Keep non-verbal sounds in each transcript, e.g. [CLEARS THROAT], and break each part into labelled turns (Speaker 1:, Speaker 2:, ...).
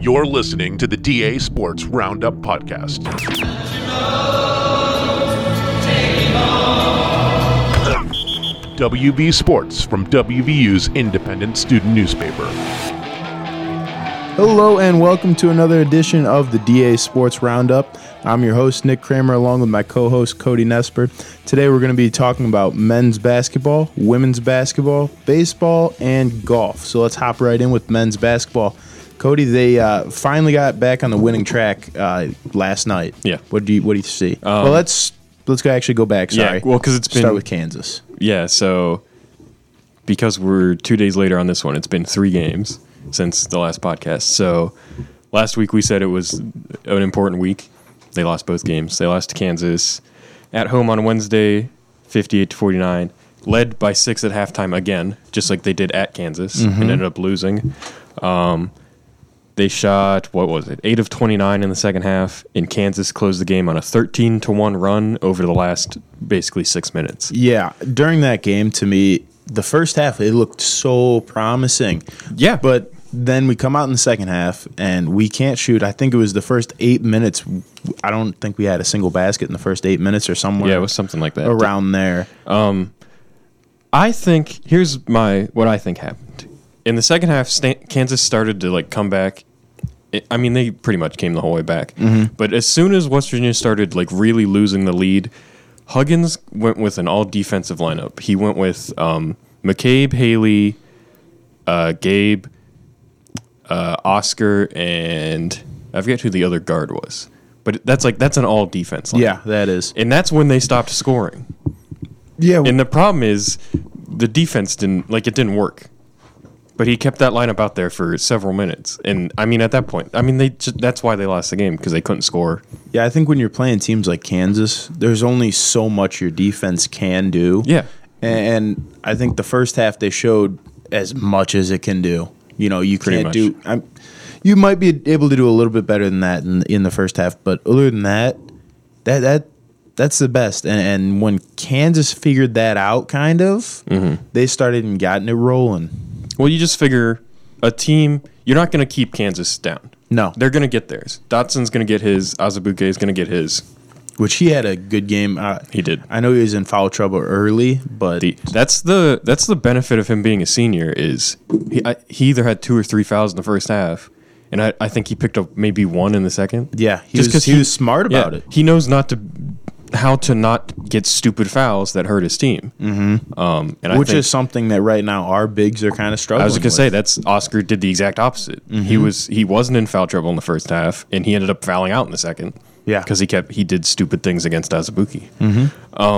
Speaker 1: You're listening to the DA Sports Roundup Podcast. WV Sports from WVU's independent student newspaper.
Speaker 2: Hello and welcome to another edition of the DA Sports Roundup. I'm your host, Nick Kramer, along with my co host, Cody Nesper. Today we're going to be talking about men's basketball, women's basketball, baseball, and golf. So let's hop right in with men's basketball. Cody, they uh, finally got back on the winning track uh, last night.
Speaker 3: Yeah. Um,
Speaker 2: What do you What do you see? well, let's let's go actually go back.
Speaker 3: Yeah,
Speaker 2: Sorry.
Speaker 3: well, 'cause it's been-
Speaker 2: start with Kansas.
Speaker 3: Yeah, so because we're two days later on this one, it's been three games since the last podcast. So last week we said it was an important week. They lost both games. They lost to Kansas at home on Wednesday, 58 to 49, led by six at halftime again, just like they did at Kansas, and ended up losing. Um, they shot what was it, eight of 29 in the second half, and Kansas closed the game on a 13 to one run over the last basically six minutes.
Speaker 2: Yeah, during that game, to me, the first half it looked so promising.
Speaker 3: Yeah.
Speaker 2: but then we come out in the second half and we can't shoot. I think it was the first eight minutes. I don't think we had a single basket in the first eight minutes or somewhere.
Speaker 3: Yeah, it was something like that.
Speaker 2: around there.
Speaker 3: I think here's my what I think happened. In the second half, Stan- Kansas started to like come back. It, I mean, they pretty much came the whole way back.
Speaker 2: Mm-hmm.
Speaker 3: But as soon as West Virginia started like really losing the lead, Huggins went with an all defensive lineup. He went with um, McCabe, Haley, uh, Gabe, uh, Oscar, and I forget who the other guard was. But that's like that's an all defense. lineup.
Speaker 2: yeah, that is.
Speaker 3: and that's when they stopped scoring.
Speaker 2: Yeah,
Speaker 3: And the problem is the defense didn't like it didn't work. But he kept that lineup out there for several minutes. And I mean at that point, I mean they just, that's why they lost the game because they couldn't score.
Speaker 2: yeah. I think when you're playing teams like Kansas, there's only so much your defense can do.
Speaker 3: Yeah.
Speaker 2: and I think the first half they showed as much as it can do. You know, you
Speaker 3: Pretty
Speaker 2: can't
Speaker 3: much.
Speaker 2: do. I'm, you might be able to do a little bit better than that in, in the first half, but other than that, that that that's the best. And, and when Kansas figured that out, kind of,
Speaker 3: Mm-hmm.
Speaker 2: they started and gotten it rolling.
Speaker 3: Well, you just figure a team you're not going to keep Kansas down.
Speaker 2: No,
Speaker 3: They're going to get theirs. Dotson's going to get his. Azabuke is going to get his.
Speaker 2: which he had a good game. Uh,
Speaker 3: He did.
Speaker 2: I know he was in foul trouble early, but
Speaker 3: That's the that's the benefit of him being a senior is he I, he either had two or three fouls in the first half, and I, I think he picked up maybe one in the second.
Speaker 2: yeah, he
Speaker 3: Just
Speaker 2: was
Speaker 3: 'cause
Speaker 2: he,
Speaker 3: he-
Speaker 2: was smart
Speaker 3: Yeah,
Speaker 2: about it.
Speaker 3: He knows not to how to not get stupid fouls that hurt his team. Mm-hmm. Um, and
Speaker 2: Which
Speaker 3: I think,
Speaker 2: is something that right now our bigs are kind of struggling.
Speaker 3: I was gonna
Speaker 2: with.
Speaker 3: say that's Oscar did the exact opposite. He
Speaker 2: Mm-hmm.
Speaker 3: was he wasn't in foul trouble in the first half, and he ended up fouling out in the second.
Speaker 2: Yeah. Mm-hmm.
Speaker 3: because he kept he did stupid things against Azubuki. Um,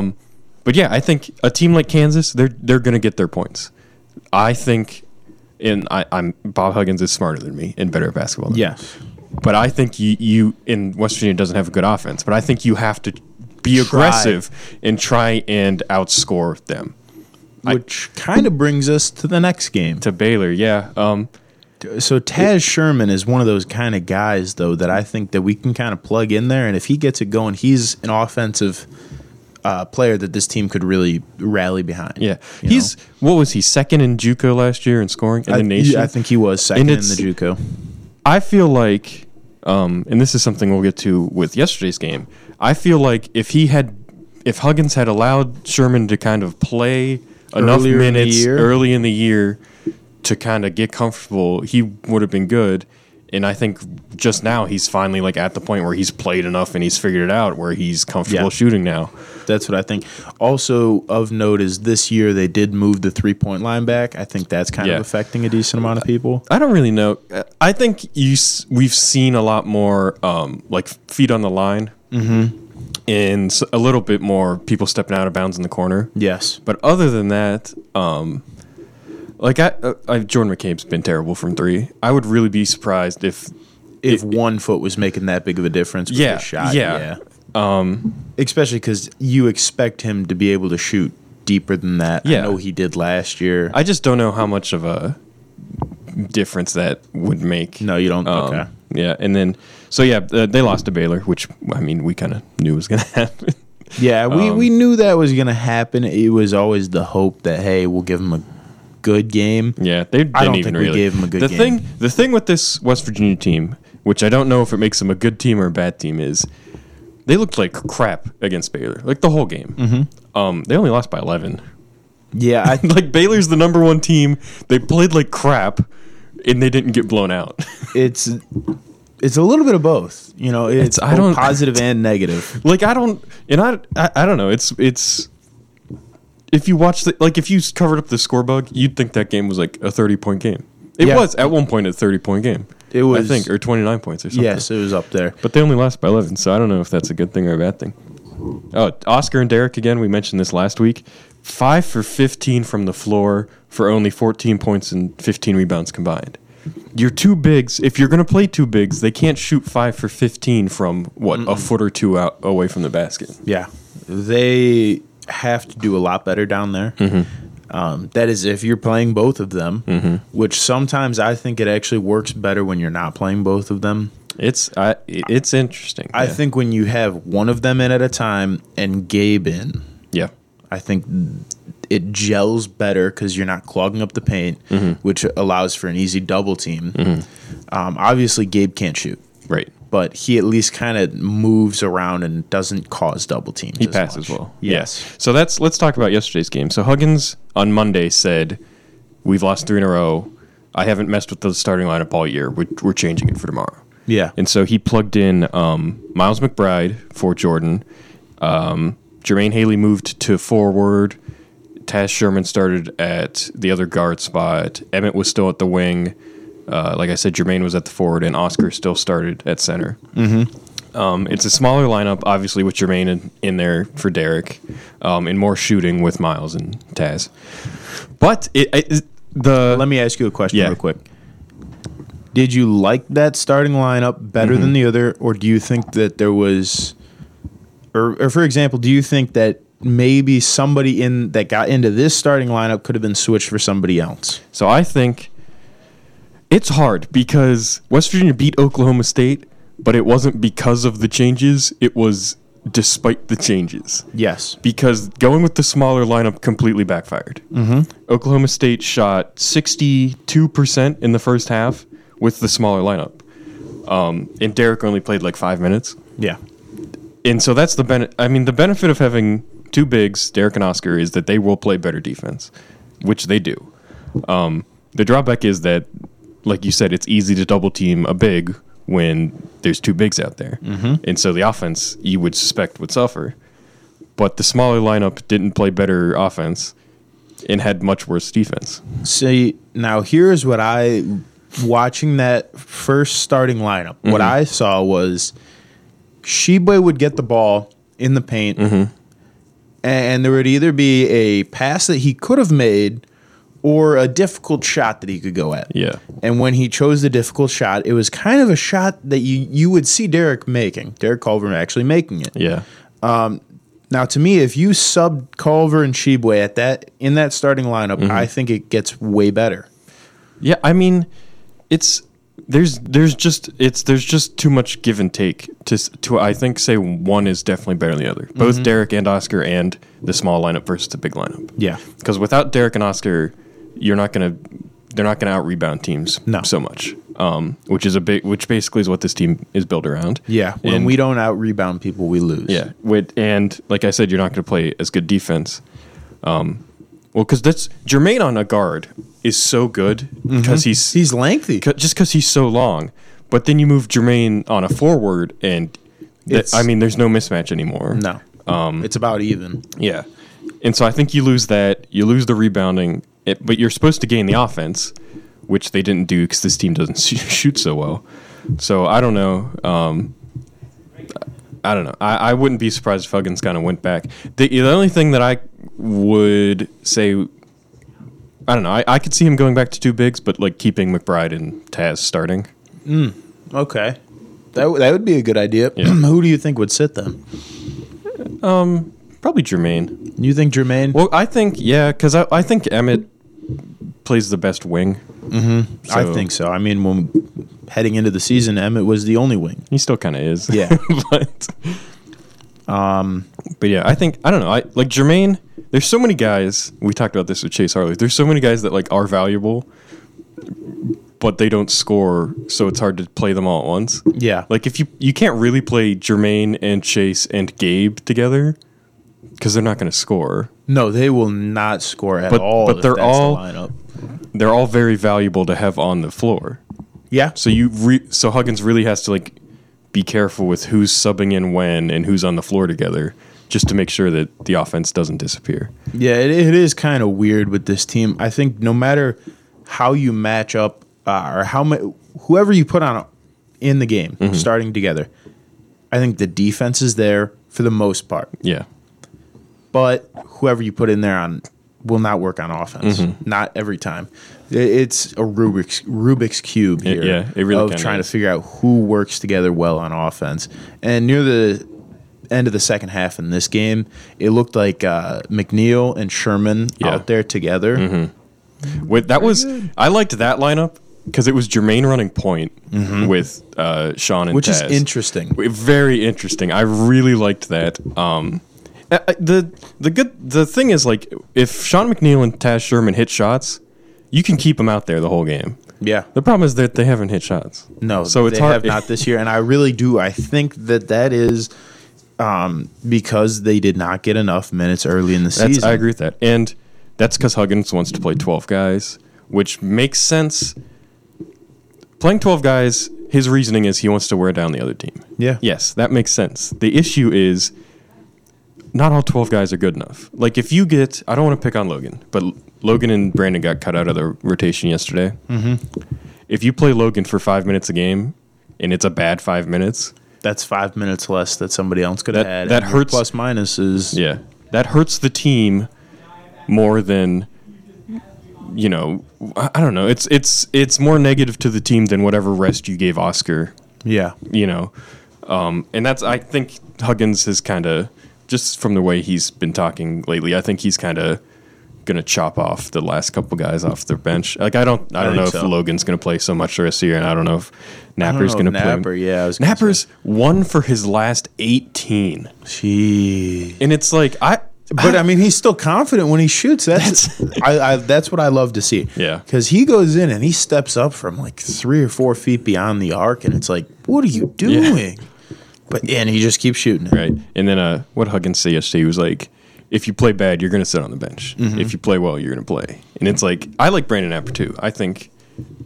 Speaker 3: but yeah, I think a team like Kansas, they're they're gonna get their points. I think. And I, I'm Bob Huggins is smarter than me and better at basketball. Than me.
Speaker 2: yes.
Speaker 3: But I think you, you in West Virginia doesn't have a good offense. But I think you have to be
Speaker 2: Try.
Speaker 3: aggressive and try and outscore them.
Speaker 2: which kind of brings us to the next game.
Speaker 3: To Baylor, yeah. Um,
Speaker 2: So Taz Sherman is one of those kind of guys, though, that I think that we can kind of plug in there, and if he gets it going, he's an offensive uh, player that this team could really rally behind.
Speaker 3: yeah.
Speaker 2: You
Speaker 3: He's what was he second in JUCO last year in scoring in
Speaker 2: know? I,
Speaker 3: the nation?
Speaker 2: yeah, I think he was second
Speaker 3: And
Speaker 2: in the
Speaker 3: it's-
Speaker 2: JUCO.
Speaker 3: I feel like, um, and this is something we'll get to with yesterday's game. I feel like if he had, if Huggins had allowed Sherman to kind of play enough
Speaker 2: Earlier in the
Speaker 3: minutes
Speaker 2: year?
Speaker 3: early in the year to kind of get comfortable, he would have been good. And I think just now he's finally like at the point where he's played enough and he's figured it out where he's comfortable
Speaker 2: Yeah.
Speaker 3: shooting now.
Speaker 2: That's what I think. Also of note is this year they did move the three point line back. I think that's kind
Speaker 3: Yeah.
Speaker 2: of affecting a decent amount of people.
Speaker 3: I don't really know. I think you s- we've seen a lot more um, like feet on the line, mm-hmm. and s- a little bit more people stepping out of bounds in the corner.
Speaker 2: Yes.
Speaker 3: But other than that, um, like I, uh, I, Jordan McCabe's been terrible from three. I would really be surprised if
Speaker 2: if one foot was making that big of a difference with
Speaker 3: Yeah,
Speaker 2: the shot.
Speaker 3: yeah.
Speaker 2: Um, Especially because you expect him to be able to shoot deeper than that. I
Speaker 3: Yeah.
Speaker 2: know he did last year.
Speaker 3: I just don't know how much of a difference that would make.
Speaker 2: no, you don't.
Speaker 3: Um,
Speaker 2: okay.
Speaker 3: Yeah, and then so yeah, uh, they lost to Baylor, which I mean we kind of knew was gonna [LAUGHS] happen. um,
Speaker 2: Yeah, we, we knew that was going to happen. It was always the hope that, hey, we'll give him a good game.
Speaker 3: Yeah, they didn't
Speaker 2: I don't
Speaker 3: even
Speaker 2: think we
Speaker 3: really.
Speaker 2: gave 'em a good
Speaker 3: the
Speaker 2: game.
Speaker 3: thing, the thing with this West Virginia team, which I don't know if it makes them a good team or a bad team, is they looked like crap against Baylor, like the whole game. Mm-hmm. Um, they only lost by eleven.
Speaker 2: Yeah, I
Speaker 3: [LAUGHS] Like Baylor's the number one team. They played like crap, and they didn't get blown out. [LAUGHS]
Speaker 2: it's it's a little bit of both. You know, it's,
Speaker 3: It's- I
Speaker 2: both
Speaker 3: don't-
Speaker 2: positive and
Speaker 3: [LAUGHS]
Speaker 2: negative.
Speaker 3: like I don't, and I, I, I don't know. It's it's. If you watch the like, if you covered up the score bug, you'd think that game was like a thirty-point game. It
Speaker 2: Yeah.
Speaker 3: was at one point a thirty-point game.
Speaker 2: It was-
Speaker 3: I think, or twenty-nine points or something.
Speaker 2: Yes, it was up there.
Speaker 3: But they only lost by 11, so I don't know if that's a good thing or a bad thing. Oh, Oscar and Derek again. We mentioned this last week. Five for 15 from the floor for only 14 points and 15 rebounds combined. Your two bigs, if you're going to play two bigs, they can't shoot five for 15 from what, a foot or two out away from the basket.
Speaker 2: Yeah, they have to do a lot better down there.
Speaker 3: Mm-hmm.
Speaker 2: Um, that is if you're playing both of them, which sometimes I think it actually works better when you're not playing both of them.
Speaker 3: It's I, it's interesting.
Speaker 2: I
Speaker 3: yeah.
Speaker 2: think when you have one of them in at a time and Gabe in,
Speaker 3: Yeah.
Speaker 2: I think it gels better because you're not clogging up the paint,
Speaker 3: Mm-hmm.
Speaker 2: which allows for an easy double team. Um, obviously, Gabe can't shoot,
Speaker 3: Right.
Speaker 2: but he at least kind of moves around and doesn't cause double teams.
Speaker 3: He
Speaker 2: as
Speaker 3: passes
Speaker 2: much.
Speaker 3: well.
Speaker 2: Yes.
Speaker 3: Yeah. So that's let's talk about yesterday's game. So Huggins on Monday said, "We've lost three in a row. I haven't messed with the starting lineup all year. We're, we're changing it for tomorrow."
Speaker 2: Yeah.
Speaker 3: And so he plugged in um, Miles McBride for Jordan. Um, Jermaine Haley moved to forward. Tash Sherman started at the other guard spot. Emmett was still at the wing. Uh, like I said, Jermaine was at the forward, and Oscar still started at center. Um, it's a smaller lineup, obviously, with Jermaine in, in there for Derek, um, and more shooting with Miles and Taz. But it, it the
Speaker 2: Let me ask you a question
Speaker 3: Yeah.
Speaker 2: real quick. Did you like that starting lineup better than the other, or do you think that there was, or, or for example, do you think that maybe somebody in that got into this starting lineup could have been switched for somebody else?
Speaker 3: So I think it's hard because West Virginia beat Oklahoma State, but it wasn't because of the changes. It was despite the changes.
Speaker 2: Yes.
Speaker 3: Because going with the smaller lineup completely backfired. Mm-hmm. Oklahoma State shot 62% in the first half with the smaller lineup. Um, and Derek only played like five minutes
Speaker 2: Yeah.
Speaker 3: and so that's the benefit. I mean, the benefit of having two bigs, Derek and Oscar, is that they will play better defense, which they do. Um, the drawback is that, like you said, it's easy to double team a big when there's two bigs out there, mm-hmm. and so the offense you would suspect would suffer. But the smaller lineup didn't play better offense and had much worse defense.
Speaker 2: See, now here's what I, watching that first starting lineup, what I saw was Sheba would get the ball in the paint, and there would either be a pass that he could have made or a difficult shot that he could go at.
Speaker 3: Yeah.
Speaker 2: And when he chose the difficult shot, it was kind of a shot that you, you would see Derek making, Derek Culver actually making it.
Speaker 3: Yeah.
Speaker 2: Now, to me, if you sub Culver and Shebue at that in that starting lineup, I think it gets way better.
Speaker 3: Yeah, I mean, it's there's there's just it's there's just too much give and take to s- to I think say one is definitely better than the other. Both
Speaker 2: Mm-hmm.
Speaker 3: Derek and Oscar and the small lineup versus the big lineup.
Speaker 2: Yeah.
Speaker 3: Because without Derek and Oscar, you're not gonna they're not gonna out rebound teams
Speaker 2: No.
Speaker 3: so much. Um, which is a big which basically is what this team is built around.
Speaker 2: Yeah, when
Speaker 3: And-
Speaker 2: we don't out rebound people, we lose.
Speaker 3: yeah, with and like I said, you're not going to play as good defense. Um, well, because that's Jermaine on a guard is so good
Speaker 2: Mm-hmm.
Speaker 3: because he's
Speaker 2: he's lengthy.
Speaker 3: c- just because he's so long. But then you move Jermaine on a forward, and th-
Speaker 2: It's-
Speaker 3: I mean, there's no mismatch anymore.
Speaker 2: No, um, it's about even.
Speaker 3: Yeah, and so I think you lose that. You lose the rebounding, it, but you're supposed to gain the offense, which they didn't do because this team doesn't [LAUGHS] sh- shoot so well. So I don't know. Um, I don't know. I, I wouldn't be surprised if Huggins kind of went back. The, the only thing that I would say. I don't know. I, I could see him going back to two bigs, but like keeping McBride and Taz starting.
Speaker 2: Okay, that w- that would be a good idea. [CLEARS THROAT]
Speaker 3: Yeah.
Speaker 2: Who do you think would sit then?
Speaker 3: Probably Jermaine.
Speaker 2: You think Jermaine?
Speaker 3: Well, I think yeah, because I, I think Emmett plays the best wing. Mm-hmm.
Speaker 2: I think so. I mean, when heading into the season, Emmett was the only wing.
Speaker 3: he still kind of is. [LAUGHS]
Speaker 2: Yeah.
Speaker 3: but um, but yeah, I think I don't know. I like Jermaine. There's so many guys. We talked about this with Chase Harley. There's so many guys that like are valuable, but they don't score, so it's hard to play them all at once.
Speaker 2: Yeah.
Speaker 3: Like if you you can't really play Jermaine and Chase and Gabe together because they're not going to score.
Speaker 2: No, they will not score at
Speaker 3: But-
Speaker 2: all.
Speaker 3: but
Speaker 2: if
Speaker 3: they're
Speaker 2: that's the
Speaker 3: all-
Speaker 2: lineup.
Speaker 3: They're all very valuable to have on the floor.
Speaker 2: Yeah.
Speaker 3: So you re- so Huggins really has to like be careful with who's subbing in when and who's on the floor together just to make sure that the offense doesn't disappear.
Speaker 2: Yeah, it, it is kind of weird with this team. I think no matter how you match up uh, or how ma- whoever you put on in the game starting together, I think the defense is there for the most part.
Speaker 3: Yeah.
Speaker 2: But whoever you put in there on will not work on offense.
Speaker 3: Mm-hmm.
Speaker 2: Not every time. I- It's a Rubik's Rubik's cube
Speaker 3: It-
Speaker 2: here.
Speaker 3: yeah, it really
Speaker 2: of
Speaker 3: kinda
Speaker 2: trying
Speaker 3: is.
Speaker 2: to figure out who works together well on offense. And near the end of the second half in this game, it looked like uh, McNeil and Sherman
Speaker 3: Yeah. Mm-hmm.
Speaker 2: out there together.
Speaker 3: With that was I liked that lineup because it was Jermaine running point with uh, Sean and
Speaker 2: Mm-hmm. Which is
Speaker 3: Taz.
Speaker 2: interesting.
Speaker 3: Very interesting. I really liked that. Um, I- I- the the good the thing is like if Sean McNeil and Taz Sherman hit shots, you can keep them out there the whole game.
Speaker 2: Yeah.
Speaker 3: The problem is that they haven't hit shots.
Speaker 2: No,
Speaker 3: so it's
Speaker 2: they
Speaker 3: hard.
Speaker 2: have
Speaker 3: [LAUGHS]
Speaker 2: not this year, and I really do. I think that that is um, because they did not get enough minutes early in the
Speaker 3: That's,
Speaker 2: season.
Speaker 3: I agree with that, and that's because Huggins wants to play twelve guys, which makes sense. Playing twelve guys, his reasoning is he wants to wear down the other team.
Speaker 2: Yeah.
Speaker 3: Yes, that makes sense. The issue is not all 12 guys are good enough. Like if you get I don't want to pick on Logan, but L- Logan and Brandon got cut out of the rotation yesterday. Mm-hmm. If you play Logan for 5 minutes a game and it's a bad 5 minutes,
Speaker 2: that's five minutes less that somebody else could
Speaker 3: That-
Speaker 2: have had.
Speaker 3: that
Speaker 2: and your
Speaker 3: hurts-
Speaker 2: Plus minus is
Speaker 3: yeah. That hurts the team more than you know, I I don't know. It's it's it's more negative to the team than whatever rest you gave Oscar
Speaker 2: yeah,
Speaker 3: you know. Um, and that's I think Huggins has kind of just from the way he's been talking lately. I think he's kind of gonna chop off the last couple guys off their bench. Like I don't I, don't know
Speaker 2: think
Speaker 3: if
Speaker 2: so.
Speaker 3: Logan's gonna play so much this year, and I don't know if
Speaker 2: I
Speaker 3: Napper's
Speaker 2: don't know,
Speaker 3: gonna play.
Speaker 2: Napper, Yeah, I was gonna
Speaker 3: Napper's one for his last eighteen,
Speaker 2: say. Jeez.
Speaker 3: and it's like I.
Speaker 2: But I mean, he's still confident when he shoots. That's [LAUGHS] I, I, that's what I love to see.
Speaker 3: Yeah.
Speaker 2: because he goes in and he steps up from like three or four feet beyond the arc, and it's like, what are you doing? But and he just keeps shooting. it.
Speaker 3: right? And then uh, what Huggins said yesterday he was like, if you play bad, you're going to sit on the bench.
Speaker 2: Mm-hmm.
Speaker 3: If you play well, you're going to play. And it's like I like Brandon Apper too. I think,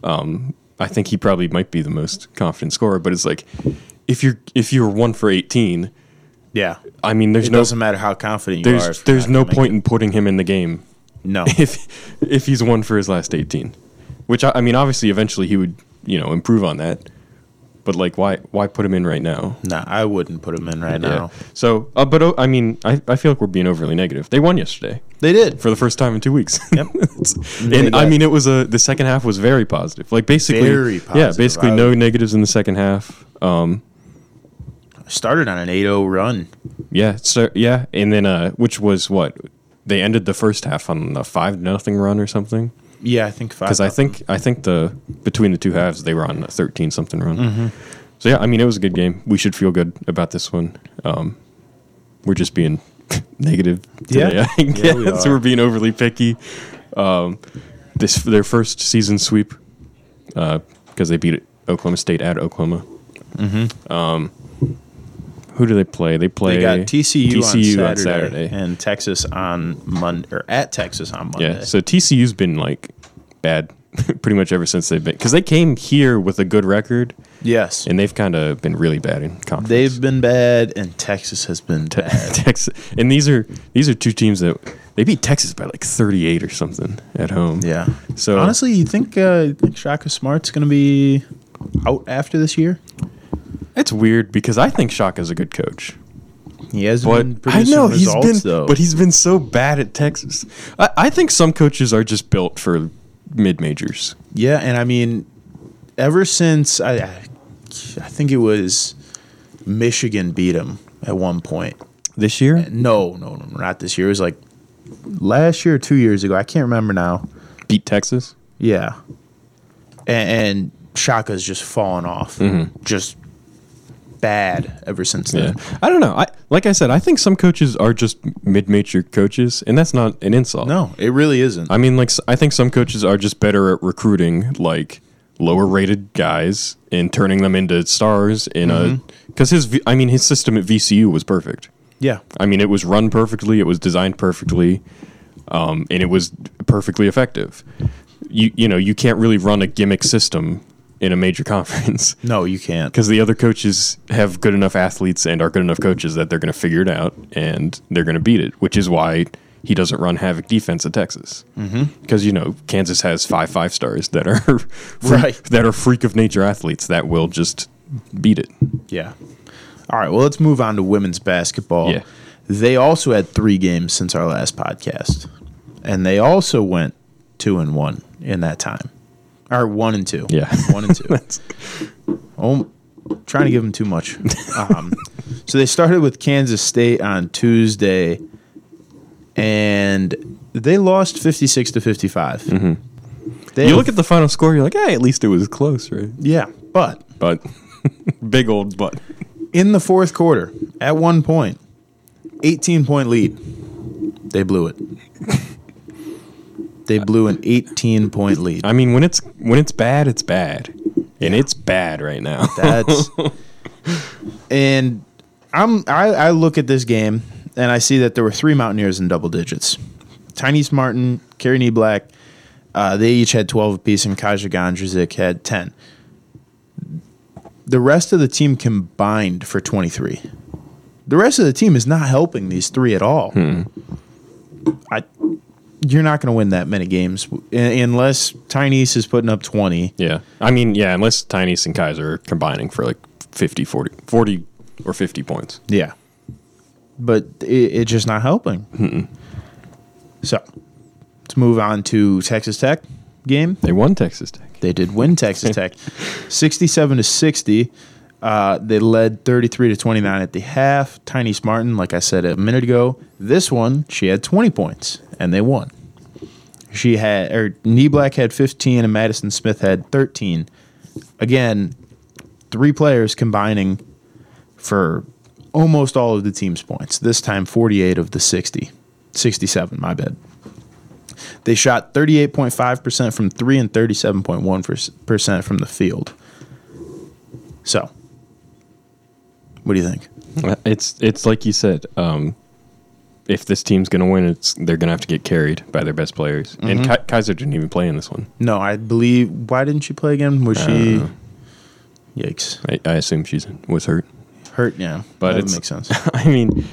Speaker 3: um, I think he probably might be the most confident scorer. But it's like if you're if you're one for eighteen,
Speaker 2: Yeah,
Speaker 3: I mean, there's
Speaker 2: it
Speaker 3: no
Speaker 2: doesn't matter how confident you are. if
Speaker 3: there's
Speaker 2: you're
Speaker 3: there's
Speaker 2: not
Speaker 3: no
Speaker 2: gonna make
Speaker 3: point in putting him in the game [LAUGHS]
Speaker 2: it. [LAUGHS] No,
Speaker 3: if if he's one for his last 18 which I, I mean obviously eventually he would you know improve on that but like why why put him in right now
Speaker 2: no, I wouldn't put him in right now.
Speaker 3: yeah. So, uh, but uh, I mean, I, I feel like we're being overly negative. They won yesterday
Speaker 2: They did
Speaker 3: for the first time in two weeks. [LAUGHS] Yep.
Speaker 2: They
Speaker 3: and I
Speaker 2: got-
Speaker 3: mean, it was a the second half was very positive. Like basically,
Speaker 2: Very
Speaker 3: yeah,
Speaker 2: positive.
Speaker 3: basically
Speaker 2: I
Speaker 3: no negatives in the second half. Um,
Speaker 2: started on an 8-0 run.
Speaker 3: yeah, so yeah, and then uh, which was what they ended the first half on a five nothing run or something.
Speaker 2: Yeah, I think five.
Speaker 3: Because I think I think the between the two halves they were on a thirteen something run.
Speaker 2: Mm-hmm.
Speaker 3: So yeah, I mean, it was a good game. We should feel good about this one. Um, we're just being [LAUGHS] negative today.
Speaker 2: Yeah.
Speaker 3: I
Speaker 2: Yeah,
Speaker 3: guess
Speaker 2: we
Speaker 3: we
Speaker 2: are.
Speaker 3: are being overly picky. Um, this their first season sweep because they beat Oklahoma State at Oklahoma. Um, who do they play? They play
Speaker 2: Mm-hmm. They got TCU,
Speaker 3: TCU
Speaker 2: on, Saturday and Texas on Monday or at Texas on Monday.
Speaker 3: yeah. So TCU's been like bad [LAUGHS] pretty much ever since they've been because they came here with a good record
Speaker 2: yes,
Speaker 3: and they've kind of been really bad in conference.
Speaker 2: they've been bad, and Texas has been bad.
Speaker 3: [LAUGHS] Texas and these are these are two teams that they beat Texas by like 38 or something at home.
Speaker 2: yeah.
Speaker 3: [LAUGHS] So honestly,
Speaker 2: Honestly, you think uh, you think Shaka Smart's going to be out after this year?
Speaker 3: it's weird because I think Shock is a good coach.
Speaker 2: He has
Speaker 3: But
Speaker 2: been
Speaker 3: I
Speaker 2: producing
Speaker 3: know he's
Speaker 2: results
Speaker 3: been,
Speaker 2: though.
Speaker 3: but he's been so bad at Texas. I, I think some coaches are just built for mid majors.
Speaker 2: Yeah, and I mean, ever since I, I I think it was Michigan beat him at one point.
Speaker 3: This year,
Speaker 2: No, no, no, not this year. It was like last year or two years ago. I can't remember now.
Speaker 3: beat Texas.
Speaker 2: Yeah, and, and Shaka's just fallen off, just bad ever since
Speaker 3: Yeah,
Speaker 2: then.
Speaker 3: I don't know. I like I said, I think some coaches are just mid-major coaches, and that's not an insult.
Speaker 2: No, it really isn't.
Speaker 3: I mean, like s- I think some coaches are just better at recruiting like lower-rated guys and turning them into stars in a because his V- I mean his system at VCU was perfect.
Speaker 2: yeah.
Speaker 3: I mean, it was run perfectly, it was designed perfectly, um, and it was perfectly effective. You you know you can't really run a gimmick system in a major [LAUGHS] conference
Speaker 2: No, you can't.
Speaker 3: because the other coaches have good enough athletes and are good enough coaches that they're going to figure it out and they're going to beat it, which is why he doesn't run havoc defense at Texas. Because mm you know Kansas has five five stars that are [LAUGHS] freak,
Speaker 2: Right.
Speaker 3: that are freak of nature athletes that will just beat it.
Speaker 2: Yeah. All right. Well, let's move on to women's basketball.
Speaker 3: Yeah.
Speaker 2: They also had three games since our last podcast, and they also went two and one in that time, or one and two.
Speaker 3: Yeah.
Speaker 2: [LAUGHS] one and two. oh, trying to give them too much. Um, so they started with Kansas State on Tuesday, and they lost fifty six to fifty They
Speaker 3: Mm-hmm. You look at the final score, you're like, hey, at least it was close, right?
Speaker 2: yeah, but
Speaker 3: But [LAUGHS] big old but.
Speaker 2: in the fourth quarter at one point 18 point lead they blew it they blew an 18 point lead
Speaker 3: I mean, when it's when it's bad, it's bad, and it's bad right now.
Speaker 2: that's and i'm I, I look at this game and i see that there were three mountaineers in double digits Tynese martin kerry nee black uh, they each had 12 apiece and kaja gondrazik had 10 the rest of the team combined for 23 the rest of the team is not helping these three at all I, you're not going to win that many games w- un- unless Tynese is putting up 20
Speaker 3: yeah, I mean, yeah, unless Tinies and Kaiser are combining for like 50, 40, 40 or fifty points.
Speaker 2: Yeah. But it, it's just not helping. So let's move on to Texas Tech game.
Speaker 3: They won Texas Tech.
Speaker 2: They did win Texas Tech 67 to 60. Uh, they led 33 to 29 at the half. Tiny Martin, like I said a minute ago, this one, she had 20 points and they won. She had, or Knee Black had 15 and Madison Smith had 13. Again, three players combining for almost all of the team's points, this time 48 of the 60. 67, my bad. They shot 38.5% from three and 37.1% from the field. So, what do you think?
Speaker 3: It's it's like you said. Um, if this team's gonna win, it's they're gonna have to get carried by their best players. And Ki- Kaiser didn't even play in this one.
Speaker 2: No, I believe. Why didn't she play again? Was she.
Speaker 3: Uh,
Speaker 2: Yikes.
Speaker 3: I, I assume she's was hurt. [LAUGHS]
Speaker 2: Hurt, yeah.
Speaker 3: But
Speaker 2: that would
Speaker 3: it's-
Speaker 2: make sense.
Speaker 3: I mean,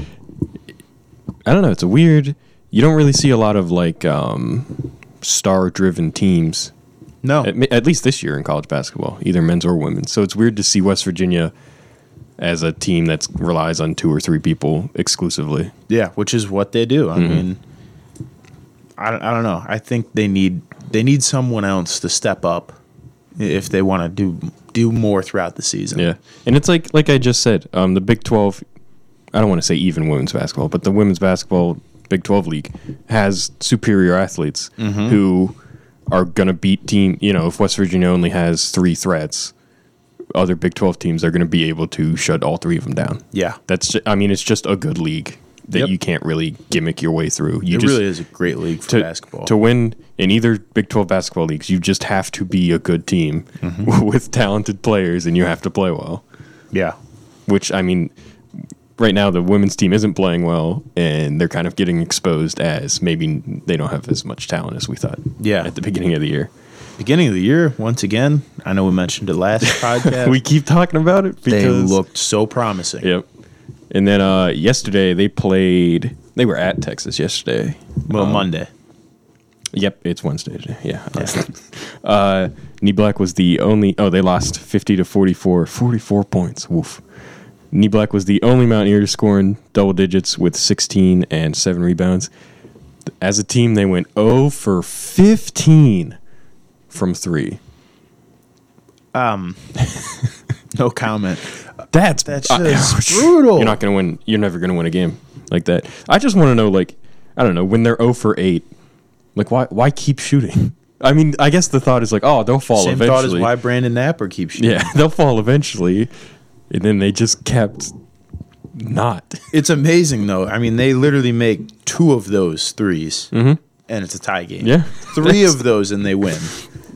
Speaker 3: I don't know. It's a weird. You don't really see a lot of like um, star-driven teams,
Speaker 2: No.
Speaker 3: at, at least this year in college basketball, either men's or women's. So it's weird to see West Virginia as a team that relies on two or three people exclusively.
Speaker 2: Yeah, which is what they do.
Speaker 3: Mm-hmm.
Speaker 2: I mean, I, don't- I don't know. I think they need they need someone else to step up i- if they want to do do more throughout the season.
Speaker 3: Yeah, and it's like like I just said, um, the Big Twelve. I don't want to say even women's basketball, but the women's basketball Big Twelve league has superior athletes who are gonna beat team. You know, if West Virginia only has three threats, other Big Twelve teams are gonna be able to shut all three of them down.
Speaker 2: Yeah.
Speaker 3: That's ju- I mean, it's just a good league that
Speaker 2: Yep.
Speaker 3: you can't really gimmick your way through. You
Speaker 2: It
Speaker 3: just
Speaker 2: really is a great league for
Speaker 3: to,
Speaker 2: basketball.
Speaker 3: to win in either Big 12 basketball leagues, you just have to be a good team
Speaker 2: Mm-hmm.
Speaker 3: [LAUGHS] with talented players and you have to play well
Speaker 2: yeah.
Speaker 3: which I mean, right now the women's team isn't playing well, and they're kind of getting exposed as maybe they don't have as much talent as we thought.
Speaker 2: Yeah.
Speaker 3: at the beginning of the year,
Speaker 2: Beginning of the year, once again, I know we mentioned it [LAUGHS] last podcast.
Speaker 3: we keep talking about it because
Speaker 2: they looked so promising.
Speaker 3: Yep. And then uh, yesterday they played. They were at Texas yesterday.
Speaker 2: Well, Monday.
Speaker 3: Yep, it's Wednesday today. Yeah. [LAUGHS] uh, Knee Black was the only. Oh, they lost 50 to 44. 44 points. Woof. Knee Black was the only Mountaineer to score in double digits with 16 and 7 rebounds. As a team, they went 0 for 15 from 3.
Speaker 2: No comment.
Speaker 3: That's
Speaker 2: That's
Speaker 3: I- [LAUGHS]
Speaker 2: just brutal.
Speaker 3: You're not gonna win. You're never gonna win a game like that. I just want to know, like, I don't know, when they're 0 for 8, like, why why keep shooting? [LAUGHS] I mean, I guess the thought is like, oh, they'll fall
Speaker 2: Same
Speaker 3: eventually. [LAUGHS]
Speaker 2: thought as why Brandon Napper keeps shooting.
Speaker 3: Yeah, they'll fall eventually. and then they just kept not. [LAUGHS]
Speaker 2: It's amazing though. I mean, they literally make two of those 3s and it's a tie game.
Speaker 3: Mm-hmm. Yeah.
Speaker 2: three of those and they win.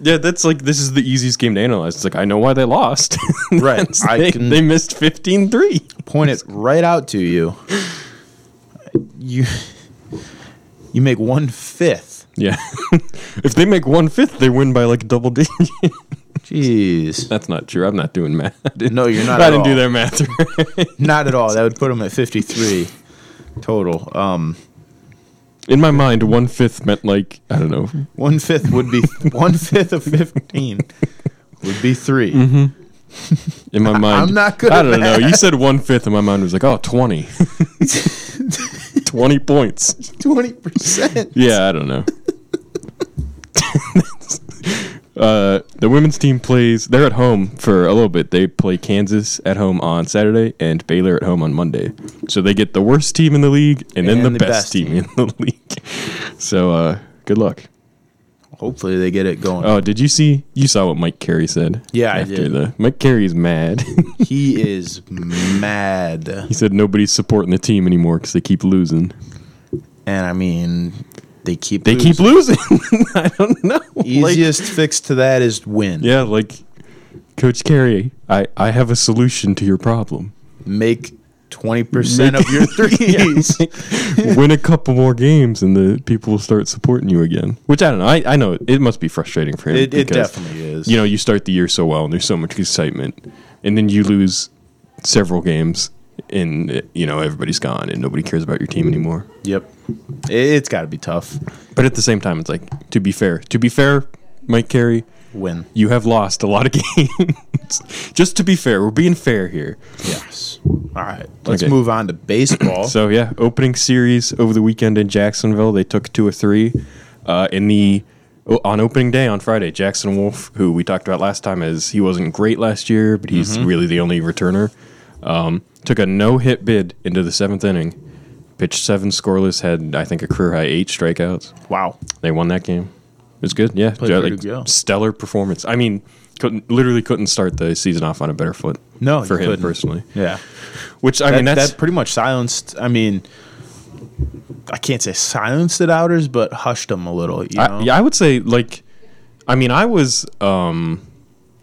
Speaker 3: Yeah, that's like this is the easiest game to analyze. It's like I know why they lost. [LAUGHS]
Speaker 2: Right.
Speaker 3: That's-
Speaker 2: I
Speaker 3: they,
Speaker 2: can-
Speaker 3: they missed 15-3.
Speaker 2: Point
Speaker 3: [LAUGHS]
Speaker 2: it right out to you. You you make one fifth.
Speaker 3: Yeah. [LAUGHS] if they make one fifth, they win by like double [LAUGHS] digit.
Speaker 2: Jeez,
Speaker 3: that's not true. I'm not doing math. [LAUGHS] I didn't-
Speaker 2: No, you're not
Speaker 3: I
Speaker 2: at
Speaker 3: didn't do
Speaker 2: all.
Speaker 3: their math. [LAUGHS] right.
Speaker 2: not at all. That would put them at fifty three total. Um,
Speaker 3: In my mind, one fifth meant like I don't know.
Speaker 2: one fifth would
Speaker 3: [LAUGHS]
Speaker 2: be one fifth of fifteen would be 3
Speaker 3: Mm-hmm. In my mind,
Speaker 2: I'm not good
Speaker 3: I
Speaker 2: at
Speaker 3: don't know. You said one fifth, and my mind was like, oh, [LAUGHS] 20. 20 points.
Speaker 2: twenty percent.
Speaker 3: Yeah, I don't know. uh, the women's team plays. They're at home for a little bit. They play Kansas at home on Saturday and Baylor at home on Monday. So they get the worst team in the league and then
Speaker 2: And
Speaker 3: the,
Speaker 2: the
Speaker 3: best,
Speaker 2: best
Speaker 3: team, in the league. [LAUGHS] So uh, good luck.
Speaker 2: Hopefully they get it going.
Speaker 3: Oh, did you see? You saw what Mike Carey said?
Speaker 2: Yeah, I did.
Speaker 3: The, Mike Carey's mad. [LAUGHS]
Speaker 2: He is mad.
Speaker 3: he said nobody's supporting the team anymore because they keep losing.
Speaker 2: And I mean, they keep
Speaker 3: They keep
Speaker 2: losing.
Speaker 3: losing. [LAUGHS] I don't know. Like-
Speaker 2: easiest fix to that is win.
Speaker 3: Yeah, like Coach Carey, I, I have a solution to your problem.
Speaker 2: Make twenty percent of
Speaker 3: [LAUGHS]
Speaker 2: your threes.
Speaker 3: Win a couple more games, and the people will start supporting you again. Which I don't know. I, I know it must be frustrating for him.
Speaker 2: It, it
Speaker 3: because,
Speaker 2: definitely is.
Speaker 3: You know, you start the year so well, and there's so much excitement, and then you lose several games, and uh, you know everybody's gone, and nobody cares about your team anymore.
Speaker 2: Yep. It, it's got to be tough.
Speaker 3: But at the same time, it's like to be fair. To be fair, Mike Carey,
Speaker 2: Win.
Speaker 3: you have lost a lot of [LAUGHS] games. Just to be fair, we're being fair here.
Speaker 2: Yes. All right. Let's
Speaker 3: Okay.
Speaker 2: move on to baseball.
Speaker 3: [CLEARS THROAT] So yeah, opening series over the weekend in Jacksonville, they took two or three. Uh, in the oh, on opening day on Friday, Jackson Wolf, who we talked about last time, is he wasn't great last year, but he's
Speaker 2: Mm-hmm.
Speaker 3: really the only returner. Um, took a no hit bid into the seventh inning, pitched seven scoreless, had I think a career high eight strikeouts.
Speaker 2: wow.
Speaker 3: They won that game. It was good, yeah.
Speaker 2: Played pretty good.
Speaker 3: stellar performance. I mean, couldn't literally couldn't start the season off on a better foot.
Speaker 2: No,
Speaker 3: for
Speaker 2: you
Speaker 3: him
Speaker 2: couldn't.
Speaker 3: personally.
Speaker 2: Yeah.
Speaker 3: Which I
Speaker 2: That,
Speaker 3: mean, that's
Speaker 2: that pretty much silenced. I mean, I can't say silenced the outers, but hushed them a little. You know?
Speaker 3: I, yeah, I would say like, I mean, I was um,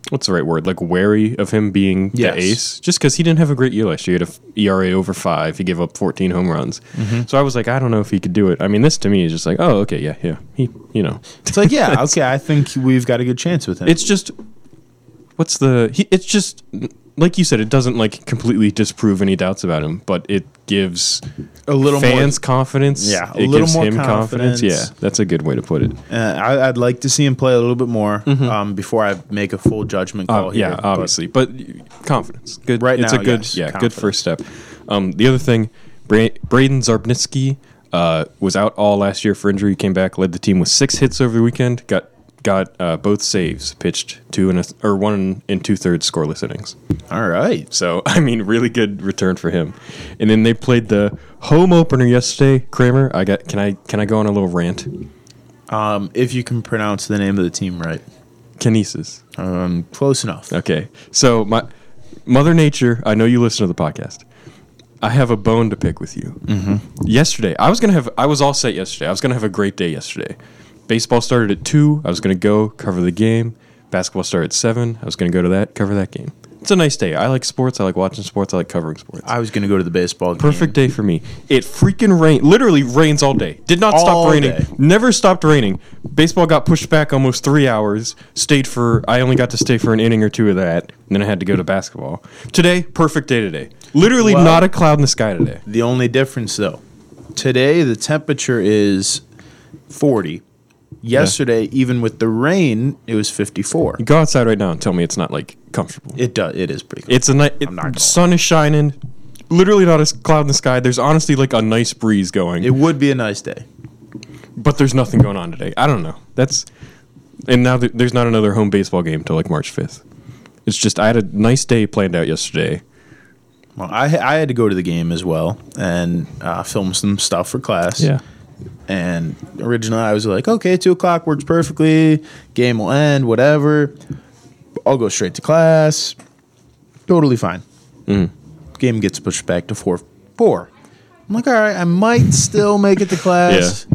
Speaker 3: what's the right word? Like wary of him being
Speaker 2: Yes.
Speaker 3: the ace, just because he didn't have a great year last year. He had a f- ERA over five. He gave up fourteen home runs.
Speaker 2: Mm-hmm.
Speaker 3: So I was like, I don't know if he could do it. I mean, this to me is just like, oh, okay, yeah, yeah. He, you know,
Speaker 2: It's like,
Speaker 3: [LAUGHS]
Speaker 2: yeah, okay, I think we've got a good chance with him.
Speaker 3: it's just what's the? He, it's just like you said, it doesn't like completely disprove any doubts about him, but it gives
Speaker 2: a little
Speaker 3: fans confidence.
Speaker 2: Yeah, a
Speaker 3: it
Speaker 2: little
Speaker 3: gives
Speaker 2: more
Speaker 3: him confidence.
Speaker 2: confidence.
Speaker 3: Yeah, that's a good way to put it.
Speaker 2: more. Uh, I, I'd like to see him play a little bit more um, before I make a full judgment
Speaker 3: Oh
Speaker 2: call. here,
Speaker 3: Mm-hmm. yeah,
Speaker 2: but
Speaker 3: obviously, but, confidence. Good.
Speaker 2: Right
Speaker 3: it's
Speaker 2: now,
Speaker 3: a good,
Speaker 2: yes,
Speaker 3: yeah,
Speaker 2: confidence.
Speaker 3: good first step. Um, the other thing, Bra- Braden Zarbnitsky uh, was out all last year for injury. Came back, led the team with six hits over the weekend. Got got uh, both saves, pitched two and a, or one and two thirds scoreless innings.
Speaker 2: All right.
Speaker 3: So [LAUGHS] I mean, really good return for him. And then they played the home opener yesterday. Kramer, I got. Can I can I go on a little rant?
Speaker 2: Um, if you can pronounce the name of the team right,
Speaker 3: Kinesis.
Speaker 2: um, close enough.
Speaker 3: Okay. So my Mother Nature, I know you listen to the podcast. I have a bone to pick with you. Mm-hmm. Yesterday, I was gonna have. I was all set yesterday. I was gonna have a great day yesterday. Baseball started at two. I was gonna go cover the game. Basketball started at seven. I was gonna go to that cover that game. It's a nice day. I like sports. I like watching sports. I like covering sports.
Speaker 2: I was going to go to the baseball. game.
Speaker 3: Perfect day for me. It freaking rained. Literally rains all day. Did not
Speaker 2: All
Speaker 3: stop raining.
Speaker 2: day.
Speaker 3: Never stopped raining. Baseball got pushed back almost three hours. Stayed for. I only got to stay for an inning or two of that. And then I had to go to basketball. Today, perfect day today. Literally
Speaker 2: Well-
Speaker 3: not a cloud in the sky today.
Speaker 2: The only difference, though, today the temperature is 40. Yesterday, even with the rain, it was 54.
Speaker 3: Go outside right now and tell me it's not like comfortable.
Speaker 2: It does. It is pretty. Cool.
Speaker 3: It's a night.
Speaker 2: I'm not gonna
Speaker 3: It, sun is shining. Literally not a s- cloud in the sky. There's honestly like a nice breeze going.
Speaker 2: it would be a nice day.
Speaker 3: but there's nothing going on today. I don't know. That's and now th- there's not another home baseball game till like March 5th. It's just I had a nice day planned out yesterday.
Speaker 2: Well, I I had to go to the game as well and uh, film some stuff for class. And originally, I was like, okay, two o'clock works perfectly. Game will end, whatever. I'll go straight to class. Totally fine.
Speaker 3: Mm-hmm.
Speaker 2: Game gets pushed back to four four. I'm like, all right, I might still make it to class.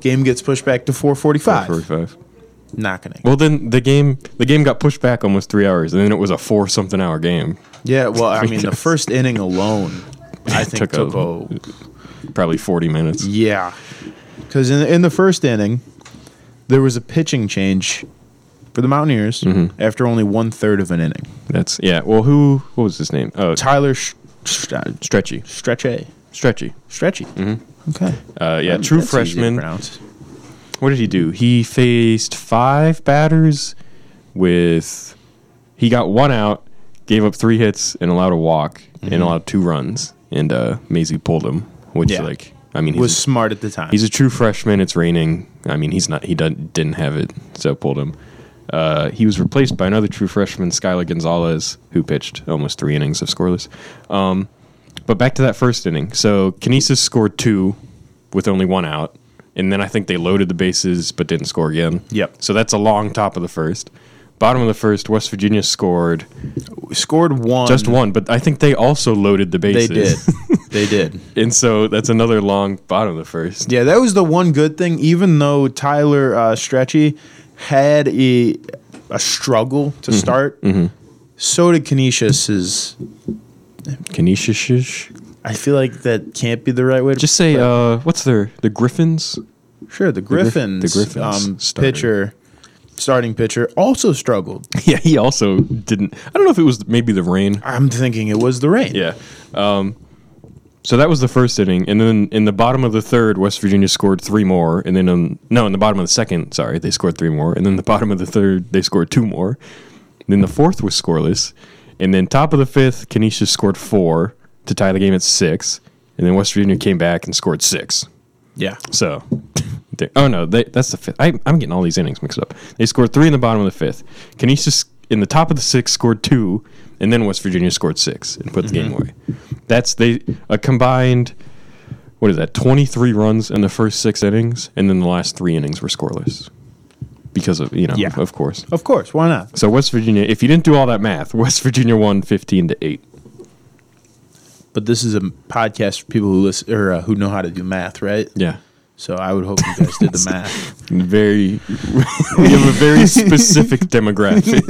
Speaker 2: Game gets pushed back to four forty
Speaker 3: Forty
Speaker 2: five.
Speaker 3: five.
Speaker 2: Not gonna.
Speaker 3: Well, then the game the game got pushed back almost three hours, and then it was a four something hour game.
Speaker 2: Yeah, well, I
Speaker 3: [LAUGHS]
Speaker 2: mean, the first inning alone, I think
Speaker 3: Took a-
Speaker 2: took a
Speaker 3: Probably forty minutes.
Speaker 2: Yeah, because in the, in the first inning, there was a pitching change for the Mountaineers
Speaker 3: Mm-hmm.
Speaker 2: after only one third of an inning.
Speaker 3: That's yeah. Well, who what was his name? Oh,
Speaker 2: Tyler Sh- Sh-
Speaker 3: Stretchy.
Speaker 2: Stretche
Speaker 3: Stretchy.
Speaker 2: Stretchy. Mm-hmm. Okay.
Speaker 3: Uh, yeah,
Speaker 2: Um,
Speaker 3: true
Speaker 2: that's easy to
Speaker 3: freshman.
Speaker 2: pronounce.
Speaker 3: what did he do? He faced five batters with he got one out, gave up three hits and allowed a walk and allowed two runs and uh Maisie pulled him, which
Speaker 2: Yeah.
Speaker 3: like I mean he's
Speaker 2: Was smart at the time.
Speaker 3: he's a true freshman, it's raining. I mean he's not he done, didn't have it, so pulled him. Uh, he was replaced by another true freshman, Skylar Gonzalez, who pitched almost three innings of scoreless. Um, but back to that first inning. So Kinesis scored two with only one out. And then I think they loaded the bases but didn't score again.
Speaker 2: Yep.
Speaker 3: So that's a long top of the first. Bottom of the first, West Virginia scored
Speaker 2: scored one.
Speaker 3: just one, but I think they also loaded the
Speaker 2: They
Speaker 3: bases.
Speaker 2: did.
Speaker 3: [LAUGHS]
Speaker 2: they did.
Speaker 3: and so that's another long bottom of the first.
Speaker 2: Yeah, that was the one good thing. Even though Tyler uh, Stretchy had a a struggle to
Speaker 3: Mm-hmm.
Speaker 2: start, so did Canisius's.
Speaker 3: Kinesis.
Speaker 2: I feel like that can't be the right way to
Speaker 3: Just say, uh, what's their the Griffins?
Speaker 2: Sure, the
Speaker 3: Griff-
Speaker 2: Griffins,
Speaker 3: the Griffins
Speaker 2: um,
Speaker 3: started.
Speaker 2: pitcher, starting pitcher, also struggled.
Speaker 3: [LAUGHS] Yeah, he also didn't. I don't know if it was maybe the rain.
Speaker 2: I'm thinking it was the rain.
Speaker 3: Yeah. Um, so that was the first inning, and then in the bottom of the third, West Virginia scored three more, and then in, no, in the bottom of the second, sorry, they scored three more, and then the bottom of the third, they scored two more. Then the fourth was scoreless, and then top of the fifth, Canisius scored four to tie the game at six, and then West Virginia came back and scored six.
Speaker 2: yeah.
Speaker 3: So, they- oh no, they, that's the fifth. I, I'm getting all these innings mixed up. They scored three in the bottom of the fifth. Canisius in the top of the sixth scored two, and then West Virginia scored six and put the game away. That's they a combined. What is that? Twenty-three runs in the first six innings, and then the last three innings were scoreless because of you know,
Speaker 2: Yeah.
Speaker 3: of course.
Speaker 2: Of course, why not?
Speaker 3: So West Virginia, if you didn't do all that math, West Virginia won fifteen to eight.
Speaker 2: But this is a podcast for people who listen or uh, who know how to do math, right?
Speaker 3: Yeah,
Speaker 2: So I would hope you guys did the
Speaker 3: [LAUGHS]
Speaker 2: math.
Speaker 3: very. we have a very specific demographic.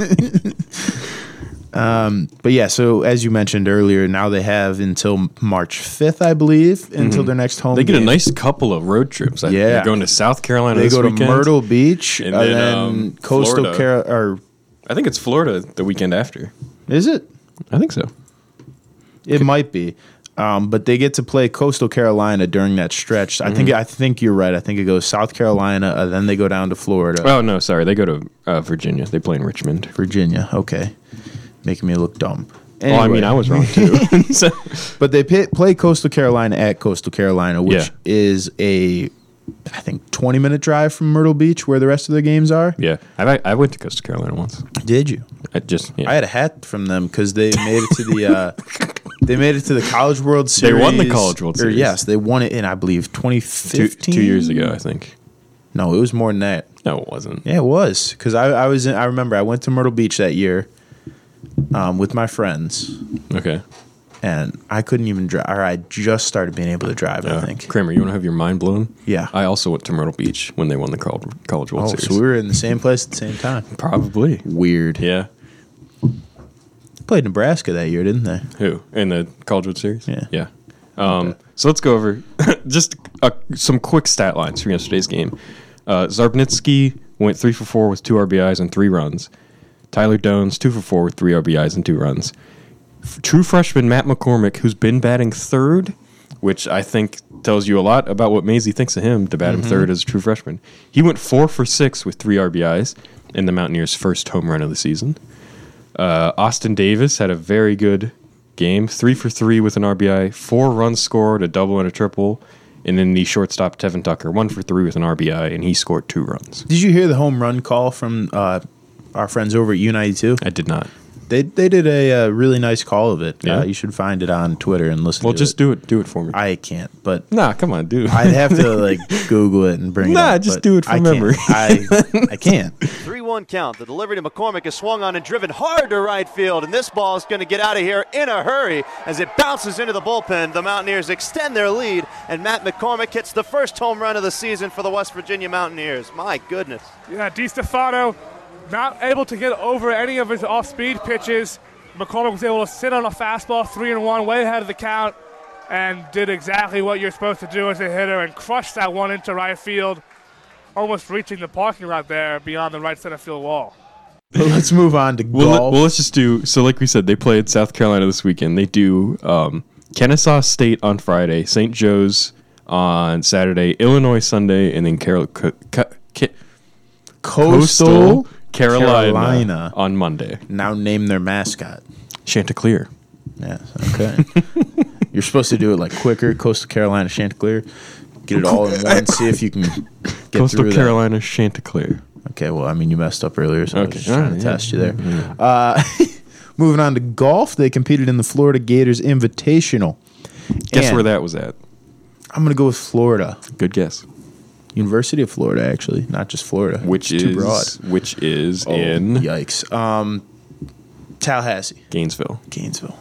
Speaker 2: But yeah, so as you mentioned earlier, now they have until March 5th, I believe, until their next home.
Speaker 3: Mm-hmm. They get a
Speaker 2: game.
Speaker 3: nice couple of road trips. I,
Speaker 2: Yeah.
Speaker 3: they're going to South Carolina.
Speaker 2: They
Speaker 3: this
Speaker 2: go to
Speaker 3: weekend.
Speaker 2: Myrtle Beach and,
Speaker 3: And then,
Speaker 2: then
Speaker 3: um,
Speaker 2: Coastal
Speaker 3: Florida.
Speaker 2: Carolina. Or
Speaker 3: I think it's Florida the weekend after.
Speaker 2: is it?
Speaker 3: I think so.
Speaker 2: It might be. Um, but they get to play Coastal Carolina during that stretch. I
Speaker 3: Mm-hmm.
Speaker 2: think I think you're right. I think it goes South Carolina, uh, then they go down to Florida,
Speaker 3: Oh no, sorry. They go to uh, Virginia. They play in Richmond.
Speaker 2: Virginia. Okay, making me look dumb.
Speaker 3: Oh, I mean, I was wrong too.
Speaker 2: [LAUGHS]
Speaker 3: So-
Speaker 2: But they pit, play Coastal Carolina at Coastal Carolina, which
Speaker 3: Yeah.
Speaker 2: is a I think 20 minute drive from Myrtle Beach, where the rest of their games are.
Speaker 3: yeah, I, I went to Coastal Carolina once.
Speaker 2: Did you?
Speaker 3: I just yeah.
Speaker 2: I had a hat from them because they made it to the
Speaker 3: [LAUGHS]
Speaker 2: uh, they made it to the College World
Speaker 3: They
Speaker 2: Series.
Speaker 3: won the College World
Speaker 2: or
Speaker 3: Series.
Speaker 2: yes, they won it in I believe
Speaker 3: two,
Speaker 2: 2015.
Speaker 3: two years ago, I think.
Speaker 2: No, it was more than that.
Speaker 3: No, it wasn't.
Speaker 2: Yeah, it was because I, I was in, I remember I went to Myrtle Beach that year um, with my friends,
Speaker 3: Okay.
Speaker 2: and I couldn't even drive. Or I just started being able to drive. I
Speaker 3: Uh,
Speaker 2: think.
Speaker 3: Kramer, you want to have your mind blown?
Speaker 2: Yeah.
Speaker 3: I also went to Myrtle Beach when they won the Col- College World
Speaker 2: Oh,
Speaker 3: Series.
Speaker 2: so we were in the same place at the same time.
Speaker 3: Probably.
Speaker 2: Weird.
Speaker 3: Yeah.
Speaker 2: Played Nebraska that year, didn't they?
Speaker 3: Who in the College World Series?
Speaker 2: Yeah.
Speaker 3: yeah. Um, so let's go over [LAUGHS] just uh some quick stat lines from yesterday's game. Uh, Zarbnitsky went three for four with two RBIs and three runs. Tyler Dones two for four with three RBIs and two runs. F- true freshman Matt McCormick, who's been batting third, which I think tells you a lot about what Maisie thinks of him to bat him third as a true freshman. He went four for six with three RBIs in the Mountaineers' first home run of the season. Uh, Austin Davis had a very good game, three for three with an RBI, four runs scored, a double and a triple, and then the shortstop Tevin Tucker, one for three with an RBI, and he scored two runs.
Speaker 2: Did you hear the home run call from uh, our friends over at U92?
Speaker 3: I did not.
Speaker 2: They they did a uh, really nice call of it.
Speaker 3: Yeah?
Speaker 2: Uh, you should find it on Twitter and listen.
Speaker 3: Well,
Speaker 2: to
Speaker 3: just
Speaker 2: it.
Speaker 3: do it. Do it for me.
Speaker 2: I can't, but
Speaker 3: nah, come on, dude.
Speaker 2: I'd have to like Google it and bring. it
Speaker 3: Nah,
Speaker 2: up,
Speaker 3: just
Speaker 2: but
Speaker 3: do it from
Speaker 2: I can't.
Speaker 3: memory.
Speaker 2: I I can't.
Speaker 4: 3 1 count. The delivery to McCormick is swung on and driven hard to right field, and this ball is going to get out of here in a hurry as it bounces into the bullpen. The Mountaineers extend their lead, and Matt McCormick hits the first home run of the season for the West Virginia Mountaineers. My goodness.
Speaker 5: Yeah, DiStefano not able to get over any of his off-speed pitches. McCormick was able to sit on a fastball, three and one, way ahead of the count, and did exactly what you're supposed to do as a hitter and crushed that one into right field, almost reaching the parking lot there beyond the right center field wall.
Speaker 2: But let's move on to
Speaker 3: [LAUGHS] Well, let,
Speaker 2: golf.
Speaker 3: well, let's just do. So, like we said, they played South Carolina this weekend. They do um, Kennesaw State on Friday, St. Joe's on Saturday, Illinois Sunday, and then Carol, Co- Co- Ca- Coastal Carolina,
Speaker 2: Carolina.
Speaker 3: on Monday.
Speaker 2: Now name their mascot.
Speaker 3: Chanticleer.
Speaker 2: Yes. Okay.
Speaker 3: [LAUGHS]
Speaker 2: You're supposed to do it like quicker. Coastal Carolina Chanticleer. Get it all in
Speaker 3: [LAUGHS]
Speaker 2: one. See if you can get
Speaker 3: Coastal
Speaker 2: through
Speaker 3: Carolina Chanticleer.
Speaker 2: That. Okay. Well, I mean, you messed up earlier, so I was
Speaker 3: Okay,
Speaker 2: just trying to
Speaker 3: alright, yeah.
Speaker 2: test you there. Uh, [LAUGHS] moving on to golf, they competed in the Florida Gators Invitational.
Speaker 3: Guess
Speaker 2: And
Speaker 3: where that was at?
Speaker 2: I'm gonna go with Florida,
Speaker 3: Good guess.
Speaker 2: University of Florida, actually, not just Florida.
Speaker 3: Which
Speaker 2: It's
Speaker 3: is
Speaker 2: too broad.
Speaker 3: which is
Speaker 2: Oh,
Speaker 3: in
Speaker 2: yikes. Um, Tallahassee,
Speaker 3: Gainesville.
Speaker 2: Gainesville.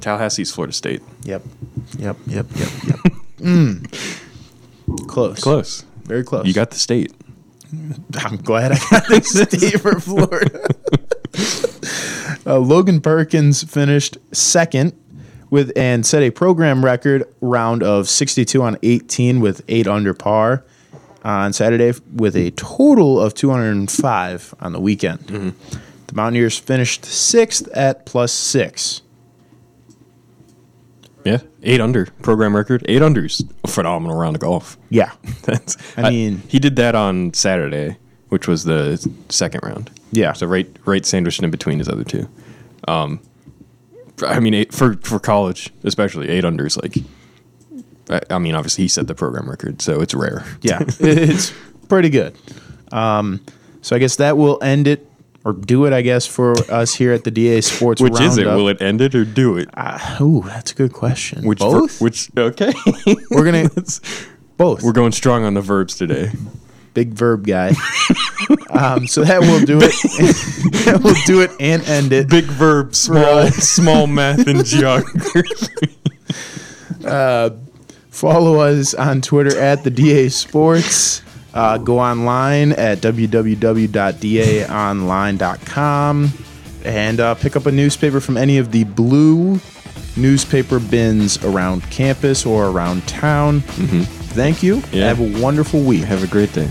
Speaker 3: Tallahassee's Florida State.
Speaker 2: Yep. Yep. Yep. Yep.
Speaker 3: [LAUGHS]
Speaker 2: Yep. mm. Close.
Speaker 3: Close.
Speaker 2: Very close.
Speaker 3: You got the state.
Speaker 2: I'm glad I got this state for Florida. uh, Logan Perkins finished second with and set a program record round of 62 on 18 with eight under par on Saturday with a total of 205 on the weekend.
Speaker 3: Mm-hmm.
Speaker 2: The Mountaineers finished sixth at plus six.
Speaker 3: Yeah, eight under program record. Eight unders, a phenomenal round of golf. [LAUGHS]
Speaker 2: Yeah.
Speaker 3: That's.
Speaker 2: I mean-
Speaker 3: he did that on Saturday, which was the second round.
Speaker 2: Yeah.
Speaker 3: So right, right, sandwiched in between his other two. Um, I mean, eight, for for college, especially eight unders. Like, I, I mean, obviously he set the program record, so it's rare. [LAUGHS]
Speaker 2: Yeah. it's pretty good. Um, so I guess that will end it or do it, I guess, for us here at the DA Sports
Speaker 3: Which is it?
Speaker 2: Roundup.
Speaker 3: Will it end it or do it?
Speaker 2: Ooh, that's a good question.
Speaker 3: Which ver-
Speaker 2: both?
Speaker 3: which okay?
Speaker 2: we're [LAUGHS] gonna both.
Speaker 3: [LAUGHS] We're
Speaker 2: We're
Speaker 3: going strong on the verbs today.
Speaker 2: big verb guy.
Speaker 3: [LAUGHS]
Speaker 2: um, so that will do it. [LAUGHS] that will do it and end it.
Speaker 3: Big verb, small small math [LAUGHS] and geography.
Speaker 2: Follow us on Twitter at the DA Sports. Uh, go online at www.daonline.com and uh, pick up a newspaper from any of the blue newspaper bins around campus or around town. Thank you.
Speaker 3: Mm-hmm. Yeah.
Speaker 2: Have a wonderful week.
Speaker 3: Have a great day.